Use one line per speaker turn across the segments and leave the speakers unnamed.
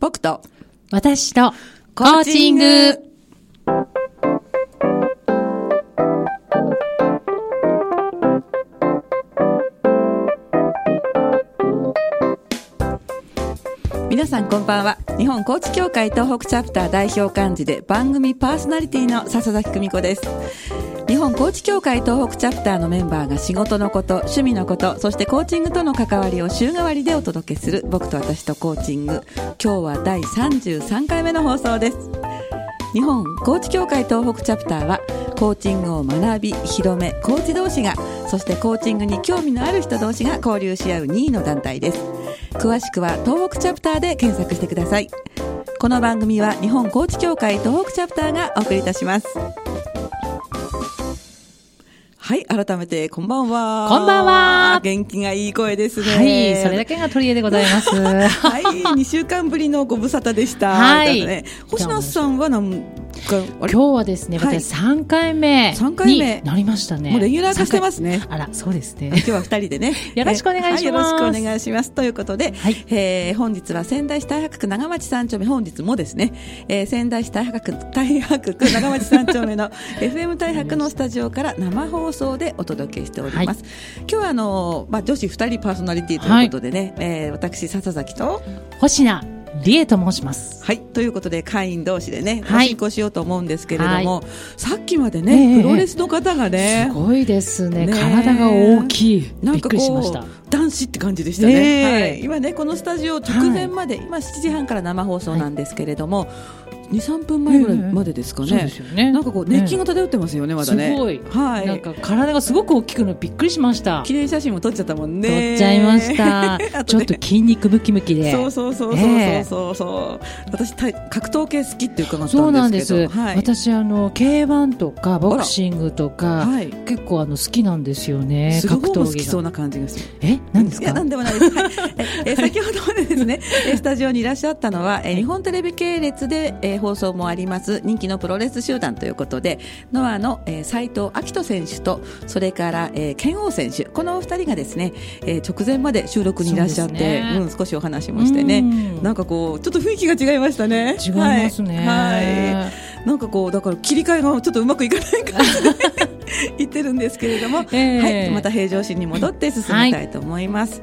僕と
私とコーチング。
皆さんこんばんは日本コーチ協会東北チャプター代表幹事で番組パーソナリティの笹崎久美子です日本コーチ協会東北チャプターのメンバーが仕事のこと趣味のことそしてコーチングとの関わりを週替わりでお届けする僕と私とコーチング今日は第33回目の放送です日本コーチ協会東北チャプターはコーチングを学び広めコーチ同士がそしてコーチングに興味のある人同士が交流し合う2位の団体です詳しくは東北チャプターで検索してくださいこの番組は日本コーチ協会東北チャプターがお送りいたしますはい改めてこんばんは
こんばんは
元気がいい声ですね
はい、それだけが取り柄でござい ます。
はい、2週間ぶりのご無沙汰でした。
はい
みたいなね、星野さんはなんか、あれ
今日はですね、
はい
私3回目
三回目
になりましたね。
もうレギュラー化してますね
三回あら、そうですね
今。日は二人でね
。よろしくお願いしま
えーはいよ
す
ろしくお願いします。ということで、
はい
えー本日は仙台市太白区長町三丁目、本日もですね、えー仙台市太白区、太白区長町三丁目 の FM 太白のスタジオから生放送でお届けしております。今日はあの、まあ、女子二人パーソナリティということでね、えー私、笹崎と、
星名理恵と申します。
はい。ということで、会員同士でね、
はい
お進行しようと思うんですけれども、
は
さっきまで
え
ね、
え
プロレスの方がね
す、ごいですね。
ねえ
体が大きい。
な
び
ん
っ
か
くりしまし
こ
た。
う、男子って感じでしたね。
ええ
はい。今ね、このスタジオ直前まで、今7時半から生放送なんですけれども、2、3分前ぐらいまでですか
そうで
ね
す。よね。
なんかこう、熱気が漂ってますよね、まだね。
すごい
は
なん
い。
か体がすごく大きくのびっくりしました。
記念写真も撮っちゃったもんね。
取っちゃいまし
あ
た
ね。
ちょっと筋肉ムキムキで。
そうそうそうそうそうそう。私、た格闘系好きって伺ったんですけど。
そうなんです。
はい。
私あの K1 とかボクシングとか、
はい。
結構あの好きなんですよね。
すご
格
く好
闘
き
技
そう
が。
な感じがする。
え、何です
いや、
か
な。んでもないです。はい、ええ先ほどまでです ね、えスタジオにいらっしゃったのは、え日本テレビ系列で、え放送もあります、人気のプロレス集団ということで、ノアの、え斉藤明人選手と、それから、え剣王選手、このお二人がですね、え直前まで収録にいらっしゃって、
そうですね
うん、少しお話もしてね、
うん
なんかこう、ちょっと雰囲気が違いましたね。
違いますね。
はいはいなんかこうだから切り替えがちょっとうまくいかない感じで 言ってるんですけれども、
ええ
はい、また平常心に戻って進みたいと思います。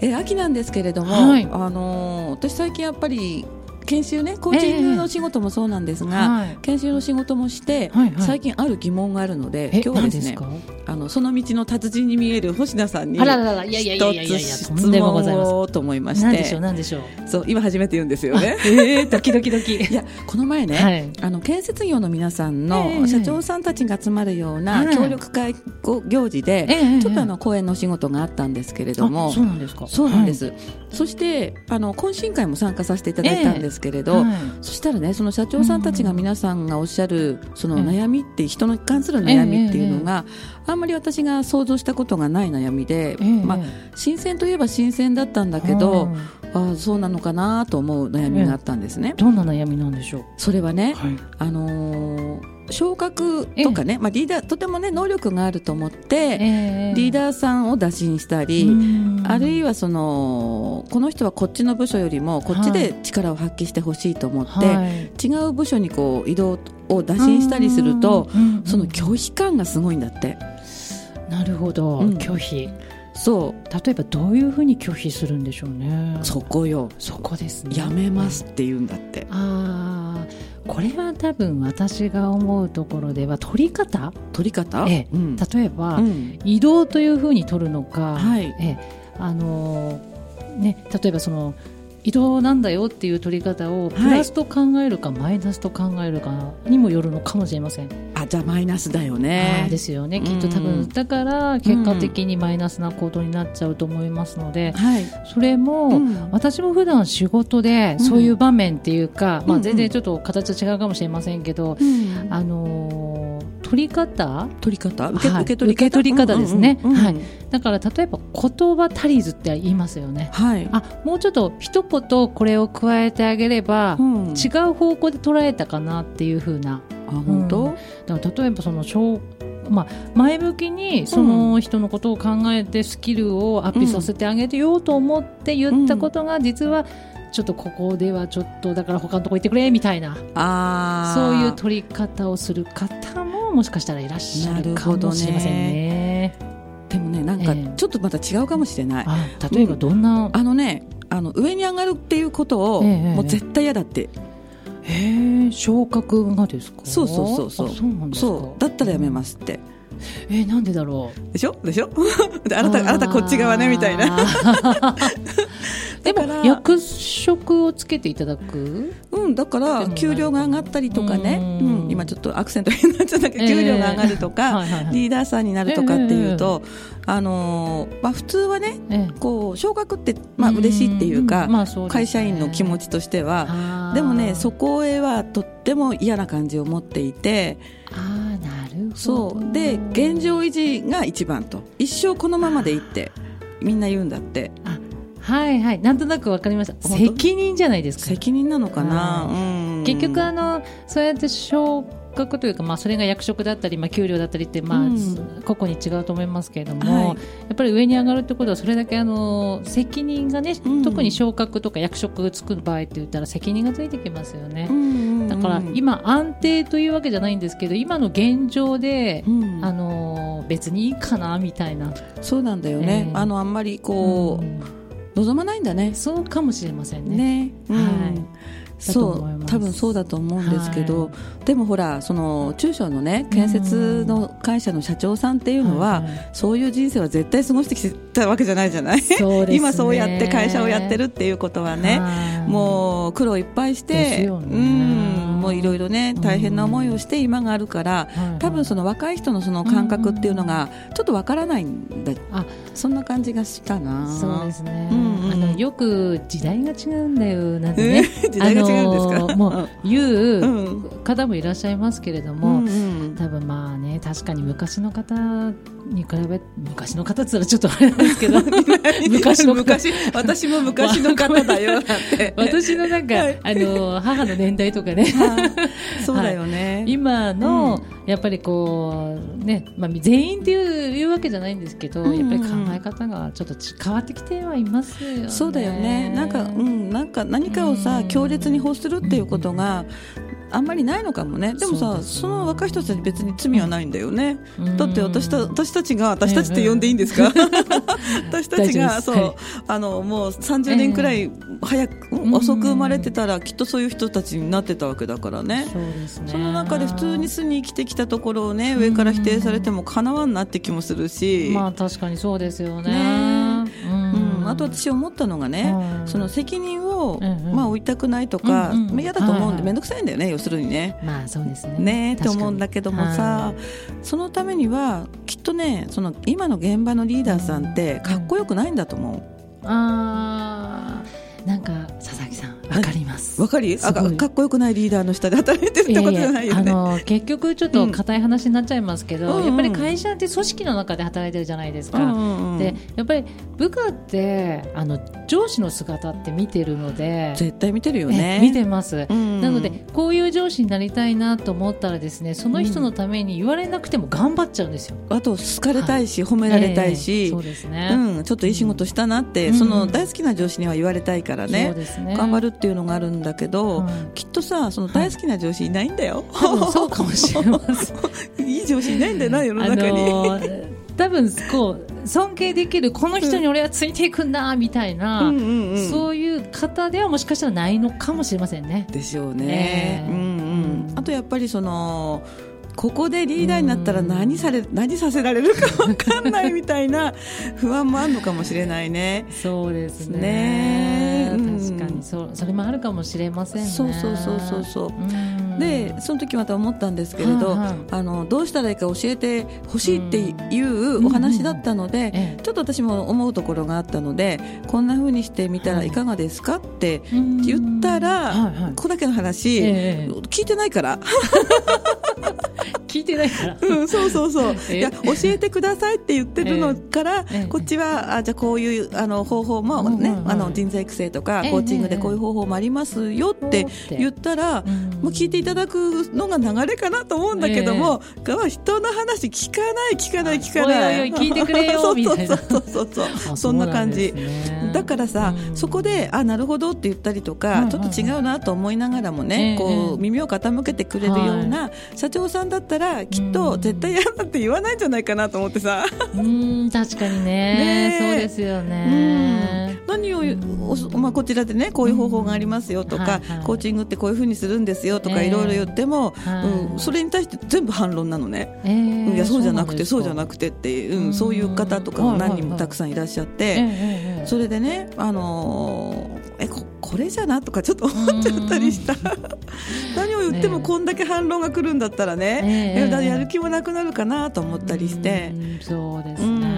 えー秋なんですけれども、
はい
あのー私最近やっぱり研修ねコーチングの仕事もそうなんですが、
はい。
研修の仕事もして、
はいはい
最近ある疑問があるので
え、
今日は
何
で
ですす
ね
か。
あのその道の達人に見える星名さんに
あ
一
ららららいやいやいやいやい
つ
やいや
質
とんでもございません
問をと思いまし
何でしょ
て、
う何でしょう。
そう今初めて言うんですよね。
ええ、ドキドキド キ。
いやこの前ね、
はい
あの建設業の皆さん
ええ
の社長さんたちが集まるような
はい
協力会行事で、
ええ
ちょっとあの講演のお仕事があったんですけれども、
あそうなんですか。
そうなんです、そしてあの懇親会も参加させていただいたんですけれ
はい。
ど、
はい
そしたらねその社長さんたちが皆さんがおっしゃるその悩みって人に関する悩みっていうのが、あんまり私が想像したことがない悩みで、
ええ
まあ、新鮮といえば新鮮だったんだけど、
うん
ああそうなのかなと思う悩みがあったんですね。
どんな悩みなんでしょう。
それはね、
はい。
あのー昇格とかね、まあ、リーダーとてもね能力があると思って、リー
ー
ダーさんを打診したり、あるいはそのこの人はこっちの部署よりもこっちで力を発揮してほしいと思って、
はい
違う部署にこう移動を打診したりすると、
うんうん
その拒否感がすごいんだって。
なるほど、
うん
拒否
そ
例えばどういうふうに拒否するんでしょうね
うそこよ
そこですね
やめますって言うんだって。
あーこれは多分私が思うところでは取り方
取り方、
ええ
うん
例えば、
うん
移動というふうに取るのか、
はい
ええあのーね、例えばその移動なんだよっていう取り方を
い
プラスと考えるかマイナスと考えるかにもよるのかもしれません、
あじゃあマイナスだよ
あ
ね
ーで。すよねきっ
う
と
ん
多分だから結果的にマイナスな行動になっちゃうと思いますので、
はい、
それも、
うん
私も普段仕事で
うん
そういう場面っていうか、ま
うんう
あ、
ん
全然ちょっと形は違うかもしれませんけど、
うん
あのー取り方
取り方受け,、
はい
取り方
受け取り方ですね
うんうんうん
はいだから例えば言葉足りずって言いますよね
はい
あもうちょっと一言これを加えてあげれば、
うん
違う方向で捉えたかなっていう風な
あ本当、
うんだから例えばその小まあ、前向きにその人のことを考えてスキルをアップさせてあげてようと思って言ったことが実はちょっとここではちょっとだから他のとこ行ってくれみたいな
あ
そういう
と
取り方をする方ももしかしたらいらっしゃる
な
か
るほど
も
ね
しれませんね。
でもねなんか
ええ
ちょっとまた違うかもしれない、
あ例えばどんな、
あのねあの上に上がるっていうことを、
ええええ
もう絶対嫌だって
えー昇格がですか
そうそうそうそう
あそうなんですか、
そうだったらやめますすって
うんえーなんでだろう
でしょでしょ であなたあなたこっち側ねみたいな
な でも
だから
役職をつけていただく
うんだか
で
ら
も
給料が上がったりとかね
う
うんん、今ちょっとアクセントになっちゃったけど、給料が上がるとか、
はいはいはい
リーダーさんになるとかっていうと、あのーまあ、普通はね
ええ
こう昇格ってまあ嬉しいっていうか、
んまあそうですね
会社員の気持ちとしては、
あー
でもねそこへはとっても嫌な感じを持っていて
あーなるほど
そうで現状維持が一番と一生このままでいいってみんな言うんだって
はいはいなんとなくわかりました
本当
責任じゃないですか
責任なのかな
あ、
うん
結局あのそうやって昇格というか、まあ、それが役職だったり、まあ、給料だったりって、まあ
うん
個々に違うと思いますけれども、
はい
やっぱり上に上がるってことはそれだけあの責任がね、
うん
特に昇格とか役職つく場合って言ったら責任がついてきますよね
う、んうんうん
だから今安定というわけじゃないんですけど今の現状で
う、ん
あの別にいいかなみたいな、
そうなんだよね、
ええ
あのあんまりこう、
うん
望まないんだね
そうかもしれませんね。
ね、うん
はいだと
そ
思いま
う
す
多分そうだと思うんですけど、
は
でもほらその中小のね建設の会社の社長さんっていうのは、
いい
そういう人生は絶対過ごしてきたわけじゃないじゃない、
そうです ね
今そうやって会社をやってるっていうことはね、
はい
もう苦労いっぱいし
です
て、
よね
うんもういろいろね大変な思いをして今があるから、
はいはい
多分その若い人のその感覚っていうのがちょっとわからないんだ、
あ
そんな感じがしたな
そうですね、
うんうん
あのよく時代が違うんだよなんてね、
えー時代が違うんですか
あのーもう言
う
うん方もいらっしゃいますけれど
うん
も、
うん
多分まあね確かに昔の方に比べ昔の方っつったらちょっとあれなんで すけど昔の方
昔私も 昔の方だよなん て
私のなんか、
はい
あのー母の年代とかね
はいそうだよね、
今の、やっぱりこうね、まあ、全員っていういうわけじゃないんですけど、
うんうん
やっぱり考え方がちょっとち変わってきてはいますよね。
そうだよねなんか、うん、なんか何かをさ、
うん
強烈に欲するっていうことがあんまりないのかもねでも
そう
さ
ですね
その若い人たちに別に罪はないんだよね、
うん
だって私た私たちが私たちって呼んでいいんです か、私たちが
大丈夫です
そう、
はい
あのもう30年くらい早く、
ん
遅く生まれてたらきっとそういう人たちになってたわけだからね。
そうですね
その中で普通に巣に生きてきたところをね上から否定されてもかなわんなって気もするし、
まあ確かにそうですよね。
ね
うん
うん、あと私思ったのがね、
はい
その責任を、
うんうん
まあ、負いたくないとか、
うんうん
まあ嫌だと思うん
はいは
で
い
面倒くさいんだよね要するにね。
まあそうですね。
ねえって
確かに
思うんだけどもさ、そのためにはきっとねその今の現場のリーダーさんってかっこよくないんだと思
はいあーなんか佐々木さんわかりま
う
す。
わかり
す
あ
ご
か
い
かっこよくないリーダーの下で働いてるってことじゃないよ
や
ね。
やあの結局ちょっと硬い話になっちゃいますけど、
うん
やっぱり会社って組織の中で働いてるじゃないです
う
か。
んうんうん
でやっぱり部下ってあの上司の姿って見てるので、
絶対見てるよ
え
ね。
見てます、
うん
なのでこういう上司になりたいなと思ったらですねその人のために言われなくても頑張っちゃうんですよ。
あと好かれたいし、褒められたい
ええ
し
そう、ですね、
うん、ちょっといい仕事したなって、
うん
その大好きな上司には言われたいからね
そうですね
頑張るっていうのがあるんだけど、
うん
きっとさその大好きな上司いないんだよ、
多分そうかもしれません
い、い上司いないんだよな世の
あ
中に、
のー多分こう尊敬できるこの人に俺はついていくんだみたいな、
うんうんうん
そういう方ではもしかしたらないのかもしれませんね。
でしょうね、
ねえ
うんう、
うんん
あとやっぱりそのここでリーダーになったら何され、何させられるか分かんないみたいな 不安もあるのかもしれないね。
そうです
ね
ね。
うん
確かにそう、それもあるかもしれませんね。
そうそうそうそうそう
うん
でその時また思ったんですけれど、
はいはい
あのどうしたらいいか教えてほしいっていうお話だったので、
ええ
ちょっと私も思うところがあったのでこんな風にしてみたらいかがですかって
うん
言ったら、
はいはい
ここだけの話、
ええ
聞いてない から、
聞いてないから。
うん、そうそうそう、
え え
いや教えてくださいって言ってるのから、
ええ
こっちはあじゃあこういうあの方法も、ね
うんうんうん
あの人材育成とか、
ええ
コーチングでこういう方法もありますよって
ええ
言ったら、
うん
もう聞いていただくのが流れかなと思うんだけども、が人の話聞かない聞かない聞かない
おいおいおい聞いてくれよ
そう
みたいな
そうそう そうそうそんな感じだからさ、そこであなるほどって言ったりとか、
うんうん
ちょっと違うなと思いながらもね、
ええ
こ
ええ
う耳を傾けてくれるような社長さんだったらきっと絶対嫌だって言わないんじゃないかなと思ってさ、
うーん確か
ね
にね
え
そうですよ
うん
ね、
何を、おそまあ、こちらでねこういう方法がありますよとか、
うんはいはい
コーチングってこういうふうにするんですよとか
ええ
いろいろ言っても、
はい
うん、それに対して全部反論なのね、
えー
うんいやそうじゃなくてそうじゃ
く
なくてって、うん
うん
そういう方とかも何人もたくさんいらっしゃって。
て、ええええ
それでね、あのーえここれじゃなとかちょっと思っちゃったり した何を言ってもこんだけ反論が来るんだったらね、
ええ
えだからやる気もなくなるかなと思ったりして
う、ーんそうです
う
ね、
ん、や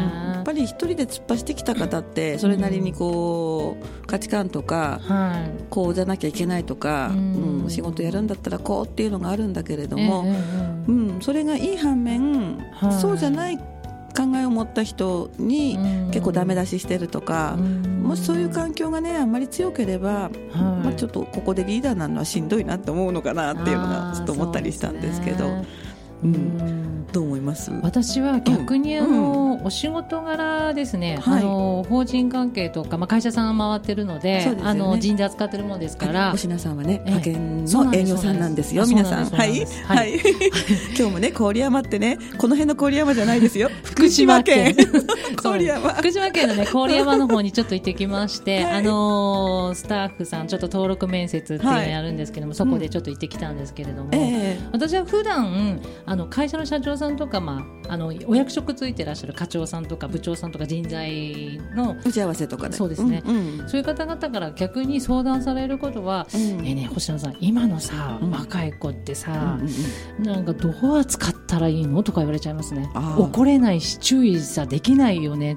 っぱり一人で突っ走ってきた方ってそれなりにこう価値観とか
はい
こうじゃなきゃいけないとか、う
うんん
仕事やるんだったらこうっていうのがあるんだけれど
え
も、
ええ
うん、それがいい反面、
はい
そうじゃない考えを持った人
え
に
うん
結構ダメ出ししてるとか。
うん
もしそういう環境がねあんまり強ければ、
はい
まあ、ちょっとここでリーダーなのはしんどいなと思うのかなっていうのがちょっと思ったりしたんですけど
あーそ
う
うですね
ん、
うん
どう思います
私は逆にあの、お仕事柄ですね、
はい
あの法人関係とか、まあ、会社さん回ってるので
そうですよね
あの人材扱ってるものですから
おしなさんはね
ええ
派遣
そうな
の
んで
営
す
業さんなんですよ
そう
皆
な
さ
ん
ん
です
はい
そう
は
なん
い
で
今日もね郡山ってねこの辺の郡山じゃないですよ福島県
そう
郡山
福島県のね郡山の方にちょっと行ってきまして、
はい
あのースタッフさんちょっと登録面接っていうのをやるんですけども、そこでちょっと行ってきたんですけれども、
ええ
私は普段あの会社の社長さんとか、まあ、あのお役職ついてらっしゃる課長さんとか部長さんとか人材の
打ち合わせとかで
そうですね
うんうん
そういう方々から逆に相談されることは、
うん
ねえねえ星野さん今のさ、
うん
若い子ってさ
うんう、んうん
なんかどう扱ったらいいのとか言われちゃいますね
あー
怒れないし注意さできないよね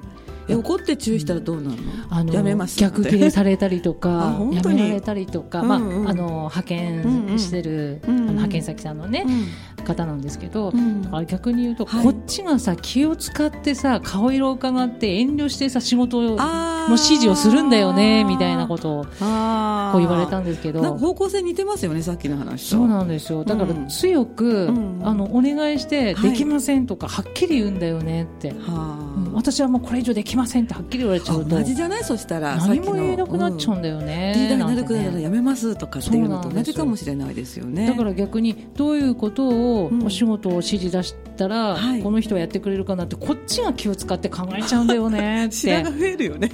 え怒って注意したらどうなるの
あの
やめますって
逆切れされたりと
あ
か
本
や
当に
められたりとか、
うんうん
まあ、あの派遣してる、
うんうん
あの派遣先さんのね、方なんですけど、
うん
だから逆に言うと、
はい
こっちがさ気を使ってさ顔色を伺って遠慮してさ仕事の
あー
指示をするんだよねみたいなことを
あー
こう言われたんですけ
なん
ど
か。方向性似てますよねさっきの話と
そうなんですよだから
うん
強く、
うん
あのお願いして、
はい
できませんとかはっきり言うんだよねって、うん
は
私はもうこれ以上できませんってはっきり言われち
あ
ゃ
あ
うと
同じじゃないそしたら
何も言えなくなっちゃう
うん
だよ
リ
ね、
ーダーに
な
なんる
て
くらいなら
ね
やめますとかっていうの
そう
と
な
同
んです
じ
よ
かもしれないですよね
だから逆にどういうことを
うん
お仕事を指示出したら、
はい
この人はやってくれるかなってこっちが気を使って考えちゃうんだよねっ
白
て
が増えるよね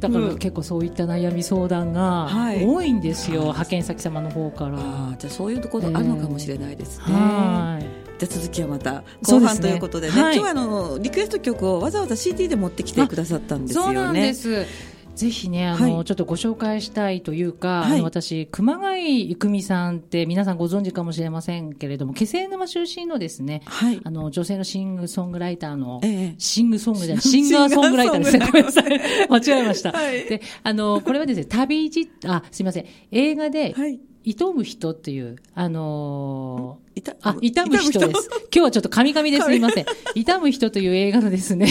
だから
うん
結構そういった悩み相談が
はい
多いんですよ、派遣先様の方から。
ああじゃあそういうところあるのかもしれないですね、
はい
じゃあ続きはまた
そ
後
うで
半
すね
ということでね
はい
今日はあのリクエスト曲をわざわざ CD で持ってきてくださったんですよ
そ
ね
うなんです。ぜひね、あの、
はい
ちょっとご紹介したいというか、
はい
あの私、熊谷育美さんって皆さんご存知かもしれませんけれども、気仙沼出身のですね、
はい
あの、女性のシングソングライターの、
ええ
シングソング じゃない、シンガーソングライターですね。ごめんなさい。間違えました。
はい
で、あの、これはですね、旅路、あ、すいません。映画で、
はい
痛む人っていう、あのー
いた
あ、痛む人です。今日はちょっと神々ですいません。痛む人という映画のですね、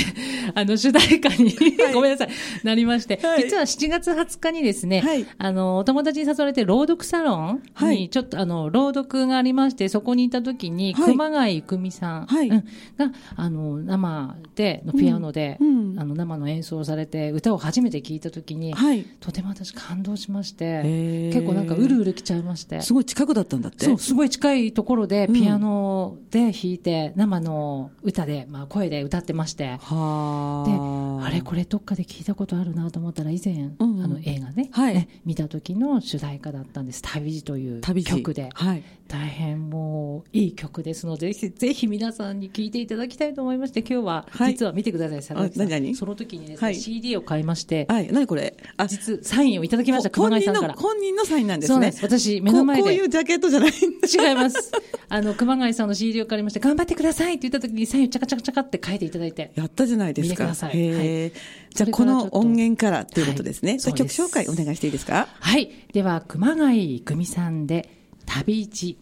あの主題歌に、
い
ごめんなさい、なりまして、
はい
実は7月20日にですね、
はい
あの、お友達に誘われて朗読サロン
は
に
い
ちょっと、あの、朗読がありまして、そこにいた時に、
はい
熊谷育美さん、
はい
うんが、あの、生で、のピアノで、
うんうん
あの、生の演奏をされて、歌を初めて聞いた時に、
はい
とても私感動しまし
へー
て、結構なんかうるうるきちゃいまして。
すごい近くだったんだって
そう、すごい近いところ
う
で、
ん
ピアノで弾いて、生の歌で、まあ、声で歌ってまして、で
はあ
あれ、これ、どっかで聞いたことあるなと思ったら、以前、
うんうん
あの映画ね、
はい
ね見た時の主題歌だったんです、旅路という
旅路
曲で、
はい
大変もういい曲ですので、ぜひぜひ皆さんに聴いていただきたいと思いまして、今日は、
はい
実は見てください、佐々木さ
あ何々
ん、その時にですね、
はい
CD を買いまして、
はい何これあ
実、サインをいただきました、熊
本
谷
人
さんか
の
ら。
本人のサインなんで
そ
す
うなん
ね
です私、目の前で。
こうこういうジャケットじゃないんだ
違います。あの、熊谷さんの CD を借りまして、頑張ってくださいって言った時に、サインをチャカチャカチャカって書いていただいて。
やったじゃないです
見て
か。
ください
へえじゃあ、
そ
こ
れからちょ
の
っと
音源からっていうことですね。
はい
じゃあ
そう
曲
です
紹介お願いしていいですか
はい。では、熊谷久美さんで、旅市。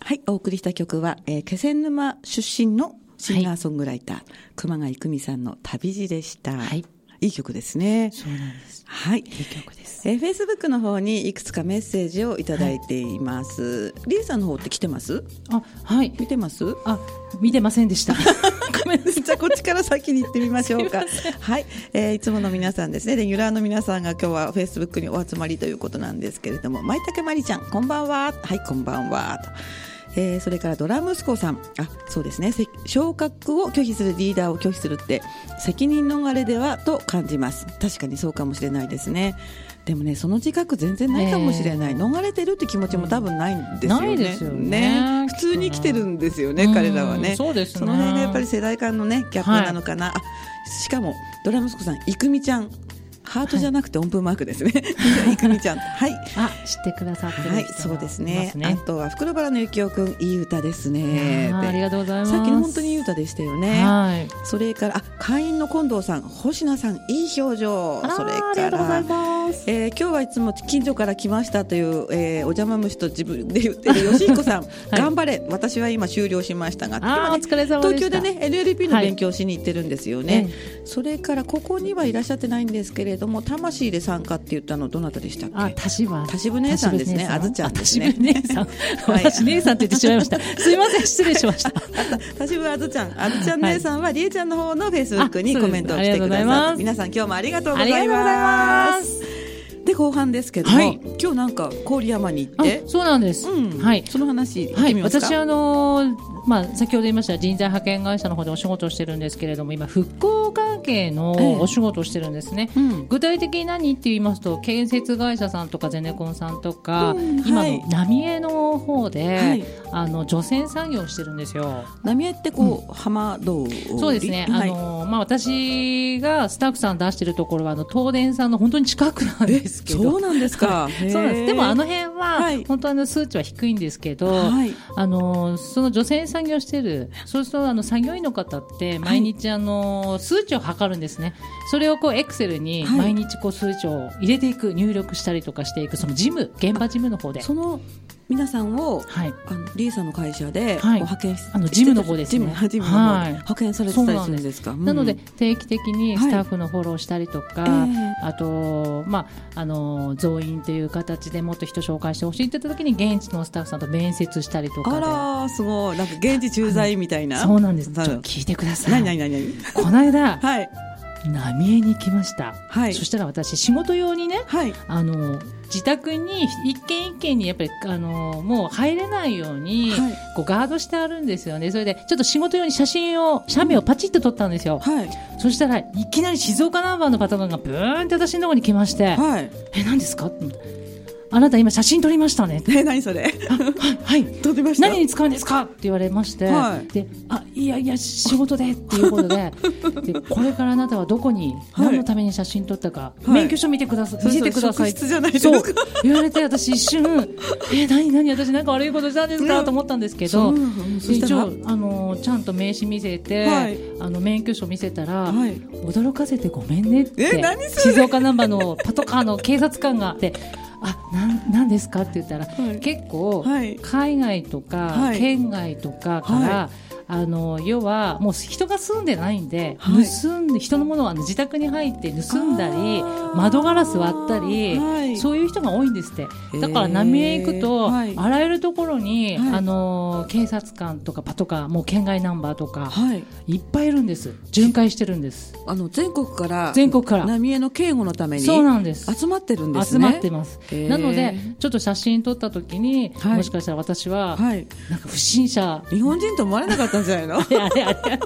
はい、お送りした曲は、えー気仙沼出身のシンガーソングライター、熊谷久美さんの旅路でした。
はい。
いい曲ですね。
そうなんです。
はい。
いい曲です。
えー、Facebook の方にいくつかメッセージをいただいています。リエさんの方って来てます
あ、はい。
見てます
あ、見てません でした。ごめんなさい。
じゃあこっちから先に行ってみましょうか。はい、えーいつもの皆さんですね。レギュラーの皆さんが今日はフェイスブックにお集まりということなんですけれども、舞竹まりちゃん、こんばんは。はい、こんばんは。とえーそれからドラムスコさん、あそうですね、せ昇格を拒否するリーダーを拒否するって責任逃れではと感じます、確かにそうかもしれないですね、でもね、その自覚、全然ないかもしれない、逃れてるって気持ちも多分ないんですよね、
ないですよね
普通に生きてるんですよね、
うん
彼らはね。
そうですね
その辺がやっぱり世代間のねギャップなのかな、あしかもドラムスコさん郁美ちゃんハートじゃなくて音符マークです ね郁美ちゃんはい
あ、知ってくださってる
はいそうですね
います
あとは袋原のゆきおくんいい歌ですね
あーありがとうございます。
さっきの本当にいい歌でしたよね
はい。
それからあ会員の近藤さん星名さんいい表情
あー
それ
あり
か
がとうござ
ら
います。
えー、今日はいつも近所から来ましたという、えー、お邪魔虫と自分で言ってる吉彦 さん、頑張れ私は今終了しましたが
あーお疲れ様で
東京
した
でね NLP の
はい
勉強しに行ってるんですよね、それからここにはいらっしゃってないんですけれども魂で参加って言ったのどなたでしたっ
あ、
け
たしば。
田ぶ姉さんですねあずちゃんですね
あたしぶ姉 さん。
い
私姉さんって言ってしまいました。 すいません、失礼しました。
田ぶあずちゃんあずちゃん姉さんはりえちゃんの方のフェイスブックに
あ
コメントを
そう
し
です
てくだ
ありがとうござい
さ
ま
い
す
皆さん今日もありがとうござ
ありがと
いう
ござい
ま
ますす。
で後半ですけども、
はい
今日なんか郡山に行っ
あ
て、
そうなんです。
うん
はい。
その話聞い
は
て
い、
みますか、
私、あのーまあ、先ほど言いました人材派遣会社の方でお仕事をしてるんですけれども今、復興関係
ええ
のお仕事をしてるんですね、
うん
具体的に何って言いますと建設会社さんとかゼネコンさんとか、
うん
今
はい
の浪江の方で、
はい
あの除染作業をしてるんですよ。
浪江ってこう、浜通り
そうですね、
はい
あのーまあ、私がスタッフさん出してるところはあの東電さんの本当に近くなんですけど
そうなんですか
そうなんですでもあ
の
の辺
は
はい本当あの数値は低いんですけど、
はい
あのその除染作業してるそうするとあの作業員の方って毎日あの、数値を測るんですねそれをこうエクセルに
はい
毎日こう数値を入れていく入力したりとかしていくその事務現場事務の方で
その皆さんを
はい
あのリーさんの会社でこう
はい
派遣し、
あのジムの方ですね
ジムあジムの方
はい
派遣されてたりするんですか。
なので
うん
定期的にスタッフのフォローしたりとか、
はいええ
あと、まあ、あの増員という形でもっと人紹介してほしいって言った時に現地のスタッフさんと面接したりとか
あ
で
らーすごいなんか現地駐在みたいな。
そうなんです。ちょ
な
っ
る
と
ほど
聞いてください。
何何何何。
この間、
はい
浪江に来ました。
はい
そしたら私、仕事用にね、
はい
あの、自宅に一軒一軒にやっぱり、あの、もう入れないように、
はい
こうガードしてあるんですよね。それで、ちょっと仕事用に写真を、写メをパチッと撮ったんですよ。
はい
そしたら、いきなり静岡ナンバーのパトカーがブーンって私のとこに来まして、
はい。
え、何ですかって思ってあなた今写真撮りましたね。
え何それ。
はい。
撮ってました。
何に使うんですかって言われまして、
はい
であいやいや仕事でっていうこ とででこれからあなたはどこに
はい
何のために写真撮ったか、
い
免許証見てください見せてください
職質じゃないです
そう
か。
言われて私一瞬 「え何何私なんか悪いことしたんですか?」と思ったんですけど。
うんそした
一
ら
応あのちゃんと名刺見せて、
はい
あの免許証見せたら、
はい
驚かせてごめんねって
え何それ
静岡ナンバーのパトカーの警察官がで「あなんなんですか?」って言ったら、
はい
結構、
はい
海外とか、
はい
県外とかから、
は
あの要はもう人が住んでないんで、
はい
盗んで人のものをあの自宅に入って盗んだり
あー
窓ガラス割ったり、
はい
そういう人が多いんですって
ー
だから浪江行くと、
はい
あらゆるところに、
はい
あの警察官とかパトカーもう県外ナンバーとか、
はい
い、っぱいいるんです巡回してるんです
あの全国から
全国から
浪江の警護のために
そうなんです
集まってるんです
集
ね。
まってます、
へー
なのでちょっと写真撮った時に、
はい
もしかしたら私は、
はい。
なんか不審者
日本人と思われなかったんじゃないの
であれあれあ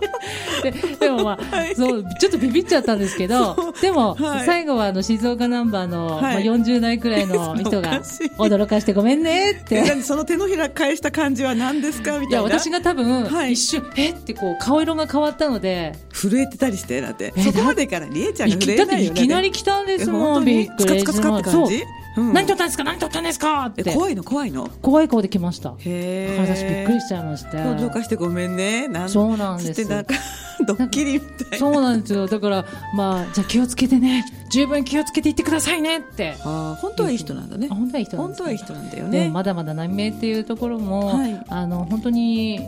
れででもまあ、そうちょっとビビっちゃったんですけどでも、
はい
最後はあの静岡ナンバーの、
はい
まあ、40代くらいの
そう
人
お
が
かしい
驚かしてごめんねって。
何その手のひら返した感じは何ですかみ
い
たい
や
な。
私が多分、
はい
一瞬えってこう顔色が変わったので
震えてたりしてだって。
え
そこまでからりえちゃん
い
が震
き
え
だっ
な
て
い
い
よね。
きなり来たんですもん
え
びっ
本当
く
に
り
スカツカツカって感じ
そう
うん
何撮ったんですか何撮ったんですかっ
え
て
怖いの怖いの。
怖い顔で来ました
へ
だ
え。
から私びっくりしちゃいまして
驚かしてごめんね。なん
そうなんです
つってなんか ドッキリみたいな。
そうなんですよだからまあじゃあ気をつけてね十分気をつけていってくださいねって
あー本当はいい人なんだね
あ。本当はいい人なん
本
です
当はいい人なんだよ
でも
ね。
まだまだ難民っていうところも、
はい
あの本当に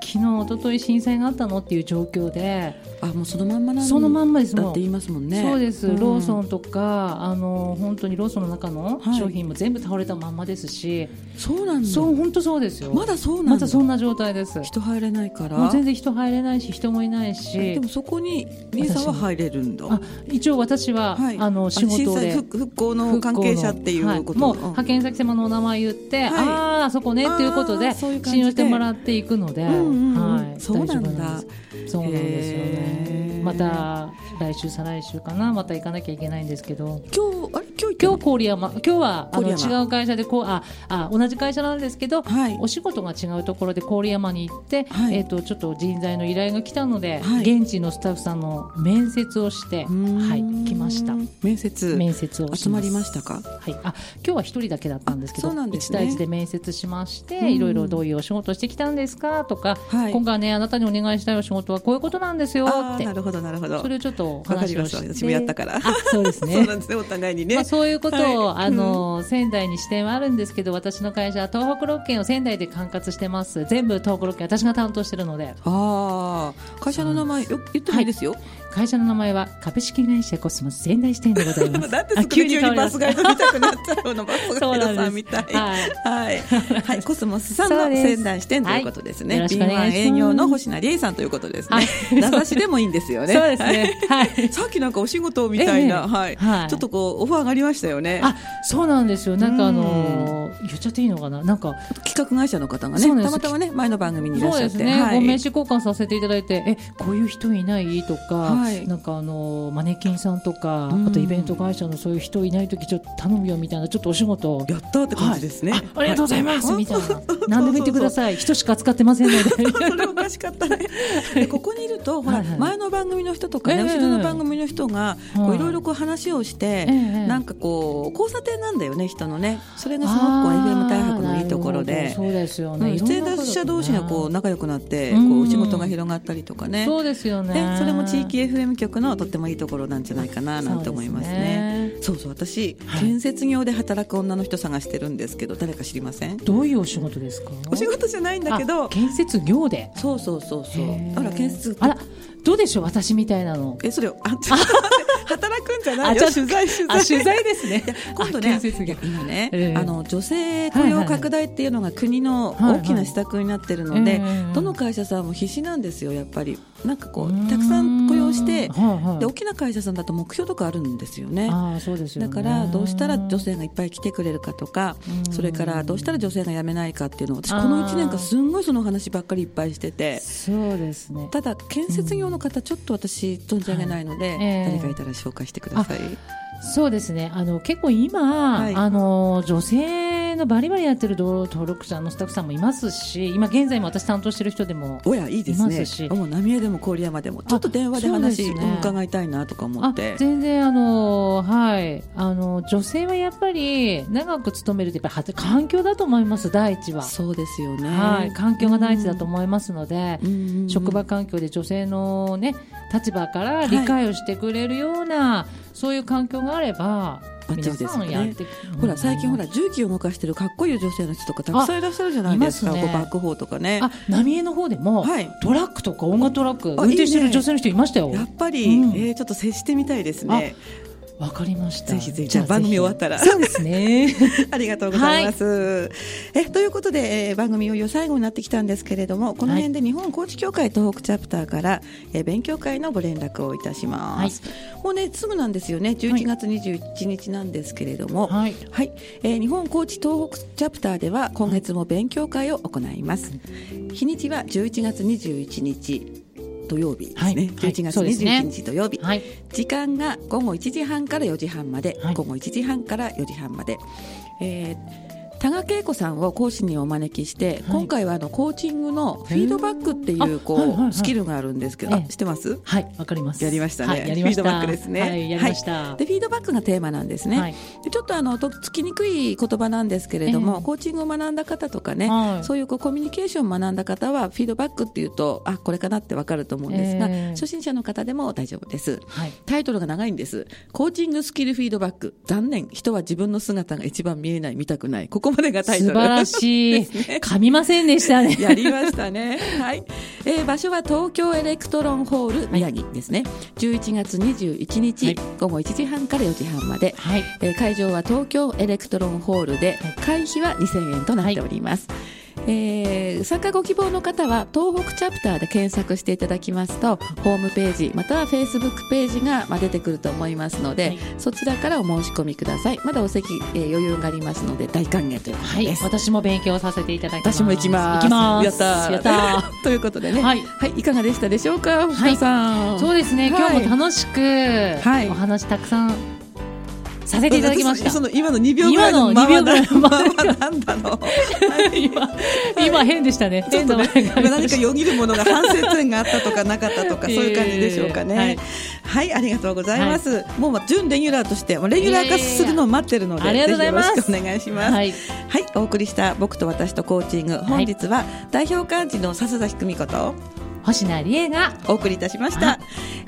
気昨日一昨日震災があったのっていう状況で、
あもうそのまんまなん
そのまんまです
だ
もう
って言いますもんね
そうです、
ん
ローソンとかあの本当にローソンの中の
はい
商品も全部倒れたまんまですし、
そうなんだ
そう本当そうですよ
まだそうなんだ
まだそんな状態です
人入れないから
もう全然人入れないし人もいない
で
し
もそこに兄さんは入れるんだ
あ一応私は、
はい
あの仕事
震災
で
復復興の関係者っていうこと
はいも
う
う
ん
派遣先様のお名前言って、
い
あああそこねっていうこと
あ
で
ーそういう感じで
信用してもらっていくので、
うんうんうん
はい、
そうなんだ
大丈夫ですそうなんですよ
へー
ねまた来週再来週かなまた行かなきゃいけないんですけど
今日あれ今日
今日郡山今日はあの
郡山
違う会社でこうああ同じ会社なんですけど、
はい
お仕事が違うところで郡山に行って、
はい
えっとちょっと人材の依頼が来たので、
はい
現地のスタッフさんの面接をして、
うーん
はい、来ました。
面接
面接をします
集まりましたか
はい、あ今日は一人だけだったんですけ
あ
ど
そうなんです
1
ね
対1で面接しまして、
うん
いろいろどういうお仕事してきたんですかとか、
はい
今回はねあなたにお願いしたいお仕事はこういうことなんですよ
あ
っ
ー
て
なるほどなるほど
それをちょっとお
わかり
話
ま
を
し
したて
私もやったから
あそうですね
そうなんですねお互いにね、
まあ、そういうことを、
はい
あの仙台に支店はあるんですけど私の会社は東北6県を仙台で管轄してます全部東北6県私が担当してるので
ああ会社の名前よく言ってもいいですよ、
会社の名前は株式会社コスモス仙台支店でござ います
だって
あ
そこで急
変
に
わり
バ
ま
ス
す
ガイド見たくなっちゃうようなバスガイドさんみたい
そうなんです
はい、はい、コスモスさん
そ
の
うです
仙台支店ということですね、
はいよろしくお願いします
敏腕営業の星名理恵さんということですね、
はい
名指しでもいいんですよね
そうですねはい
はいさっきなんかお仕事みたいな、
ええ
はい
はい
ちょっとこうオファーがありましたよね
あそうなんですよなんかあのー言っちゃっていいのかななんか
企画会社の方がね
そうなん
た
です
またまね前の番組にいらっ
そう
しゃ
で
って
すね、
はい
ご名刺交換させていただいてえこういう人いないとか、
はい
なんかあのマネキンさんとか、
うん
あとイベント会社のそういう人いない時ちょっと頼むよみたいなちょっとお仕事を
やったって感じですね、
はいあありがとうございます、
は
みたいな何でも言ってください人しか使ってません ので
それおかしかったね。 でここにいると、ほら、
はいはい
前の番組の人とかね、
ええ
後ろの番組の人が、こう
はい
いろいろこう話をして、
ええ
なんかこう交差点なんだよね人のね。それがすごくこう FM 大白のいいところ
あーなる
で
ほ。どそうですよ
う
ね、
ん
いろん
出
な
演
こと
者同士がこう仲良くなって、こ
うん
う仕事が広がったりとかね。
そうですよね
ね、それも地域 FM 局のとってもいいところなんじゃないかななんて思いますね。そうそう私、
はい
建設業で働く女の人探してるんですけど誰か知りません
どういうお仕事ですか
お仕事じゃないんだけ
あ
ど
建設業で
そうそうそうそう
へー
あら建設
あらどうでしょう私みたいなの
えそ れあちょっと待って働くんじゃないよ
あちょ
取材取
あ
材
取材ですね
いや今度
あ
ね
建設業
今ね、
ええ
あの女性雇用拡大っていうのが国の
はいはい
大きな施策になってるので、
はいはい
どの会社さんも必死なんですよやっぱりなんかこ
うー
うんたくさん雇用して
はいはい
で大きな会社さんだと目標とかあるんですよね。
ああそうですよ
だ
ね
からどうしたら女性がいっぱい来てくれるかとか
うん
それからどうしたら女性が辞めないかっていうのを私こ
あー
の1年間すんごいその話ばっかりいっぱいしてて
そうですね
ただ建設業の方ちょっと私存じ上げないので、
いええ
誰かいたら紹介してください。
そうですねあの結構今、
はい
あの女性のバリバリやってる登録者のスタッフさんもいますし今現在も私担当してる人でも
おやいいです
いま
ね
すし
もう浪江でも郡山でもちょっと電話で話
そうですね
伺いたいなとか思
あ
って
全然あのはいあの女性はやっぱり長く勤めるってやっぱりは環境だと思います第一は、
そうですよね、
はい環境が第一だと思いますので、
うんうんうん
職場環境で女性の、ね、立場から理解をしてくれるような、そういう環境があれば
バッチリ
皆
ですよ
さ
ね
んやって、
ほら最近ほ
ら
ら重機を動かしてるかっこいい女性の人とかたくさんいらっしゃるじゃないですか
あいますね
こうバックホーとかね
あ浪江の方でも、
はい
トラックとか大型トラック
あ
運転して
いい
る
ね
女性の人いましたよ
やっぱり、
うん
えーちょっと接してみたいですね
わかりました
ぜひぜひ
あ
じゃあ番組
ぜひ
終わったら
そうですね
ありがとうございます。えということで、えー番組いよいよ最後になってきたんですけれどもこの辺で日本高知協会東北チャプターから、えー勉強会のご連絡をいたします、もうねすぐなんですよね11月21日なんですけれども、
はい
はい、えー日本高知東北チャプターでは今月も勉強会を行います。日にちは11月21日土曜日ですね。
はいはい
11月
そうですね
21日土曜日、
はい
時間が午後1時半から4時半まで、
はい
午後1時半から4時半まで。えー多賀恵子さんを講師にお招きして、今回はあのコーチングのフィードバックってい
へ
う
ー
こう、
あはいはいはい
スキルがあるんですけど、あ
ええ
知ってます
はいわかります
やりましたね、
はい、やりました
フィードバックですね、
はいやりました、
はいでフィードバックがテーマなんですね、
はい
でちょっとあのとつきにくい言葉なんですけれども、
ええ
コーチングを学んだ方とかね、
はい
そういうこうコミュニケーションを学んだ方はフィードバックっていうとあこれかなってわかると思うんですが、
ええ
初心者の方でも大丈夫です
はい
タイトルが長いんですコーチングスキルフィードバック残念人は自分の姿が一番見えない見たくないこここまでがタイト
素
ル。
晴らしい。噛みませんでしたね。
やりました ね。はい。えー場所は東京エレクトロンホール宮城ですね。11月21日、
はい
午後1時半から4時半まで。
はい。
えー会場は東京エレクトロンホールで、会費は2000円となっております。えー参加ご希望の方は東北チャプターで検索していただきますとホームページまたはフェイスブックページがまあ出てくると思いますので、
はい
そちらからお申し込みくださいまだお席、えー余裕がありますので大歓迎ということ
は
で
い
す、。
私も勉強させていただきます。
私も行きます。
行きます。
やったー
やったー
ということでね。は
はいい。
いかがでしたでしょうか、藤田さん。
そうですね、
はい
今日も楽しく、
はい
お話たくさんさせていただきました
私そ。の今の2秒ぐらいの
今の2秒ぐらいの
ままままなんだ ろう。
今、今変でしたね。
ちょっ
変
と
な
ね
笑 いがありま
何
した
かよぎるものが反省点があったとかなかったとかそういう感じでしょうかね。
いえいえ
はい
いえ、
ありがとうございます。もうまあ準レギュラーとしてもうレギュラー化するのを待ってるので、
いえいえいえありがとうございます
ぜひよろしくお願いします。
はい、
はい、お送りした僕と私とコーチング本日は代表幹事の笹崎久美子と。
星名理恵が、
お送りいたしました、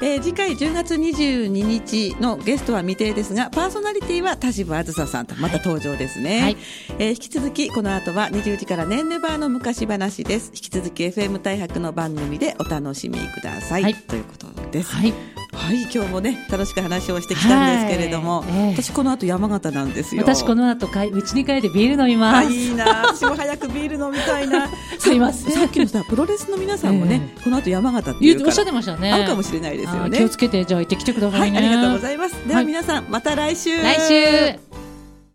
えー次回10月22日のゲストは未定ですがパーソナリティは田渋あずささんとまた登場ですね、
はい
えー引き続きこの後は20時からねんねばーの昔話です引き続き FM 大白の番組でお楽しみください、
はい
ということです
はい、
はい今日もね楽しく話をしてきたんですけれども、
はいええ
私この後山形なんですよ
私この後かいうちに帰ってビール飲みま
あ
す。
いいな私も早くビール飲みたい な
すいません
さっきのさプロレスの皆さんもね、この後山形っていう
言う
か
おっし
ら
ゃってましたね。
合うかもしれないですよ
あー
ね
気をつけてじゃあ行ってきてくだ
は
さい
い、
ね。
ありがとうございます。では
はい
皆さん、また来週。
来週。